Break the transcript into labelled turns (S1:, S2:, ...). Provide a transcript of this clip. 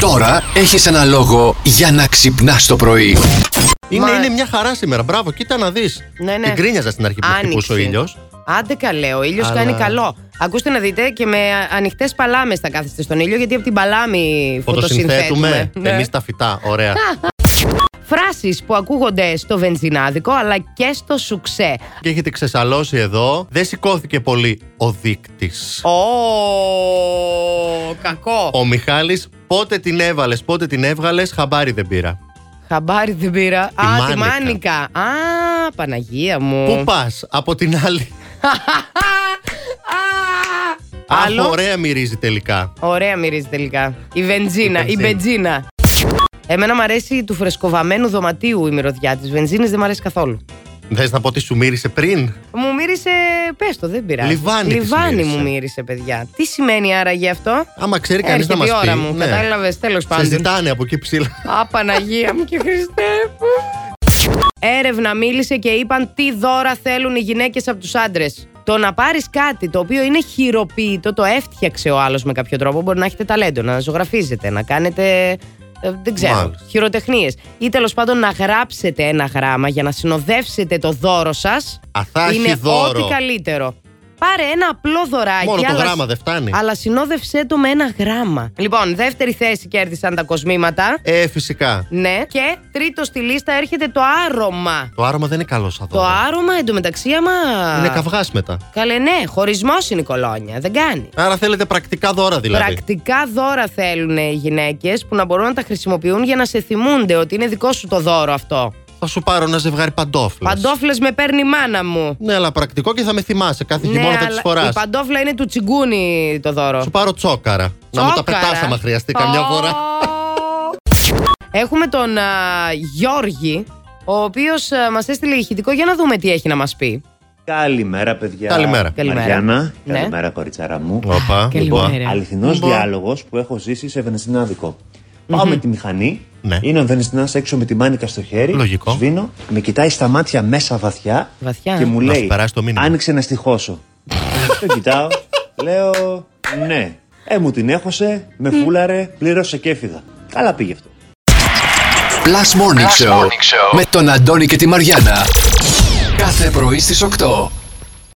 S1: Τώρα έχεις ένα λόγο για να ξυπνάς το πρωί.
S2: Είναι,
S3: Μα-
S2: είναι μια χαρά σήμερα. Μπράβο, κοίτα να δεις.
S3: Ναι, ναι.
S2: Την κρίνιαζα στην αρχή που χτυπούσε ο
S3: Άνοιξε.
S2: ήλιος.
S3: Άντε καλέ, ο ήλιος
S2: Αλλά-
S3: κάνει καλό. Ακούστε να δείτε και με ανοιχτές παλάμες θα κάθεστε στον ήλιο, γιατί από την παλάμη
S2: Φωτοσυνθέτουμε
S3: φωτοσυνθέτουμε. Ναι.
S2: εμείς τα φυτά. Ωραία.
S3: Φράσεις που ακούγονται στο βενζινάδικο αλλά και στο σουξέ.
S2: και έχετε ξεσαλώσει εδώ. Δεν σηκώθηκε πολύ ο δείκτης.
S3: Ω, κακό.
S2: Ο Μιχάλης πότε την έβαλες, πότε την έβγαλες, χαμπάρι δεν πήρα.
S3: Χαμπάρι δεν πήρα. Α, τη
S2: Μάνικα.
S3: μάνικα. Α, Παναγία μου.
S2: Πού πας, από την άλλη.
S3: Α,
S2: Αχ,
S3: Άλλο.
S2: ωραία μυρίζει τελικά.
S3: Ωραία μυρίζει τελικά. Η βενζίνα,
S2: Η
S3: η μπεντζίνα. Εμένα μου αρέσει του φρεσκοβαμένου δωματίου η μυρωδιά της βενζίνης, δεν μου αρέσει καθόλου.
S2: Θες να πω τι σου μύρισε πριν.
S3: Μου μύρισε, πες το, δεν πειράζει.
S2: Λιβάνι της
S3: Λιβάνι
S2: μύρισε.
S3: μου μύρισε, παιδιά. Τι σημαίνει άραγε αυτό.
S2: Άμα ξέρει κανείς να
S3: Έρχεται
S2: μα πει.
S3: η ώρα μου,
S2: ναι.
S3: κατάλαβες, τέλος
S2: Σε
S3: πάντων.
S2: ζητάνε από εκεί ψηλά.
S3: Α, Παναγία μου και Χριστέ μου. Έρευνα μίλησε και είπαν τι δώρα θέλουν οι γυναίκες από τους άντρες. Το να πάρεις κάτι το οποίο είναι χειροποίητο, το έφτιαξε ο άλλος με κάποιο τρόπο. Μπορεί να έχετε ταλέντο, να ζωγραφίζετε, να κάνετε. ε, Δεν ξέρω.
S2: Μάλιστα.
S3: Χειροτεχνίες. Ή τέλος πάντων να γράψετε ένα γράμμα για να συνοδεύσετε το δώρο σας.
S2: Αθάχη
S3: Είναι
S2: δώρο.
S3: ό,τι καλύτερο. Πάρε ένα απλό δωράκι.
S2: Μόνο το
S3: αλλά-
S2: γράμμα δεν φτάνει.
S3: Αλλά συνόδευσέ το με ένα γράμμα. Λοιπόν, δεύτερη θέση κέρδισαν τα κοσμήματα.
S2: Ε, φυσικά.
S3: Ναι. Και τρίτο στη λίστα έρχεται το άρωμα.
S2: Το άρωμα δεν είναι καλό σαν
S3: Το
S2: δώρο.
S3: άρωμα εντωμεταξύ άμα.
S2: Είναι καυγάς μετά.
S3: Καλέ, ναι, χωρισμός είναι η κολόνια. Δεν κάνει.
S2: Άρα θέλετε πρακτικά δώρα δηλαδή.
S3: Πρακτικά δώρα θέλουν οι γυναίκες που να μπορούν να τα χρησιμοποιούν για να σε θυμούνται ότι είναι δικό σου το δώρο αυτό.
S2: Θα σου πάρω ένα ζευγάρι παντόφλες.
S3: Παντόφλες με παίρνει η μάνα μου.
S2: Ναι, αλλά πρακτικό και θα με θυμάσαι. Κάθε
S3: ναι,
S2: χειμώνα θα τι
S3: αλλά
S2: φοράς.
S3: η παντόφλα είναι του τσιγκούνι το δώρο.
S2: Σου πάρω τσόκαρα. Να μου τα
S3: Τσόκαρα.
S2: πετάς άμα χρειαστεί καμιά
S3: Ω.
S2: φορά.
S3: Έχουμε τον α, Γιώργη, ο οποίος μας έστειλε ηχητικό για να δούμε τι έχει να μας πει.
S4: Καλημέρα, παιδιά.
S2: Καλημέρα.
S3: Καλημέρα.
S4: Μαριάννα.
S3: Ναι.
S4: Καλημέρα, κοριτσάρα μου.
S2: Όπα,
S3: Καλημέρα.
S2: λοιπόν.
S4: Αληθινό
S2: Λοιπόν.
S4: διάλογος που έχω ζήσει σε βενεστινάδικο. Πάω με τη μηχανή.
S2: Ναι.
S4: Είναι ο Βενεστινά έξω με τη μάνικα στο χέρι.
S2: Λογικό.
S4: Σβήνω, με κοιτάει στα μάτια μέσα βαθιά.
S3: Βαθιά.
S4: Και μου
S2: Να σου
S4: λέει:
S2: περάσει το μήνυμα.
S4: Άνοιξε να στοιχώσω. το κοιτάω. Λέω: Ναι. Ε, μου την έχωσε, με φούλαρε, πλήρωσε και έφυγα. Καλά πήγε αυτό.
S1: Plus Morning, Show, με τον Αντώνη και τη Μαριάνα. Κάθε πρωί στις 8.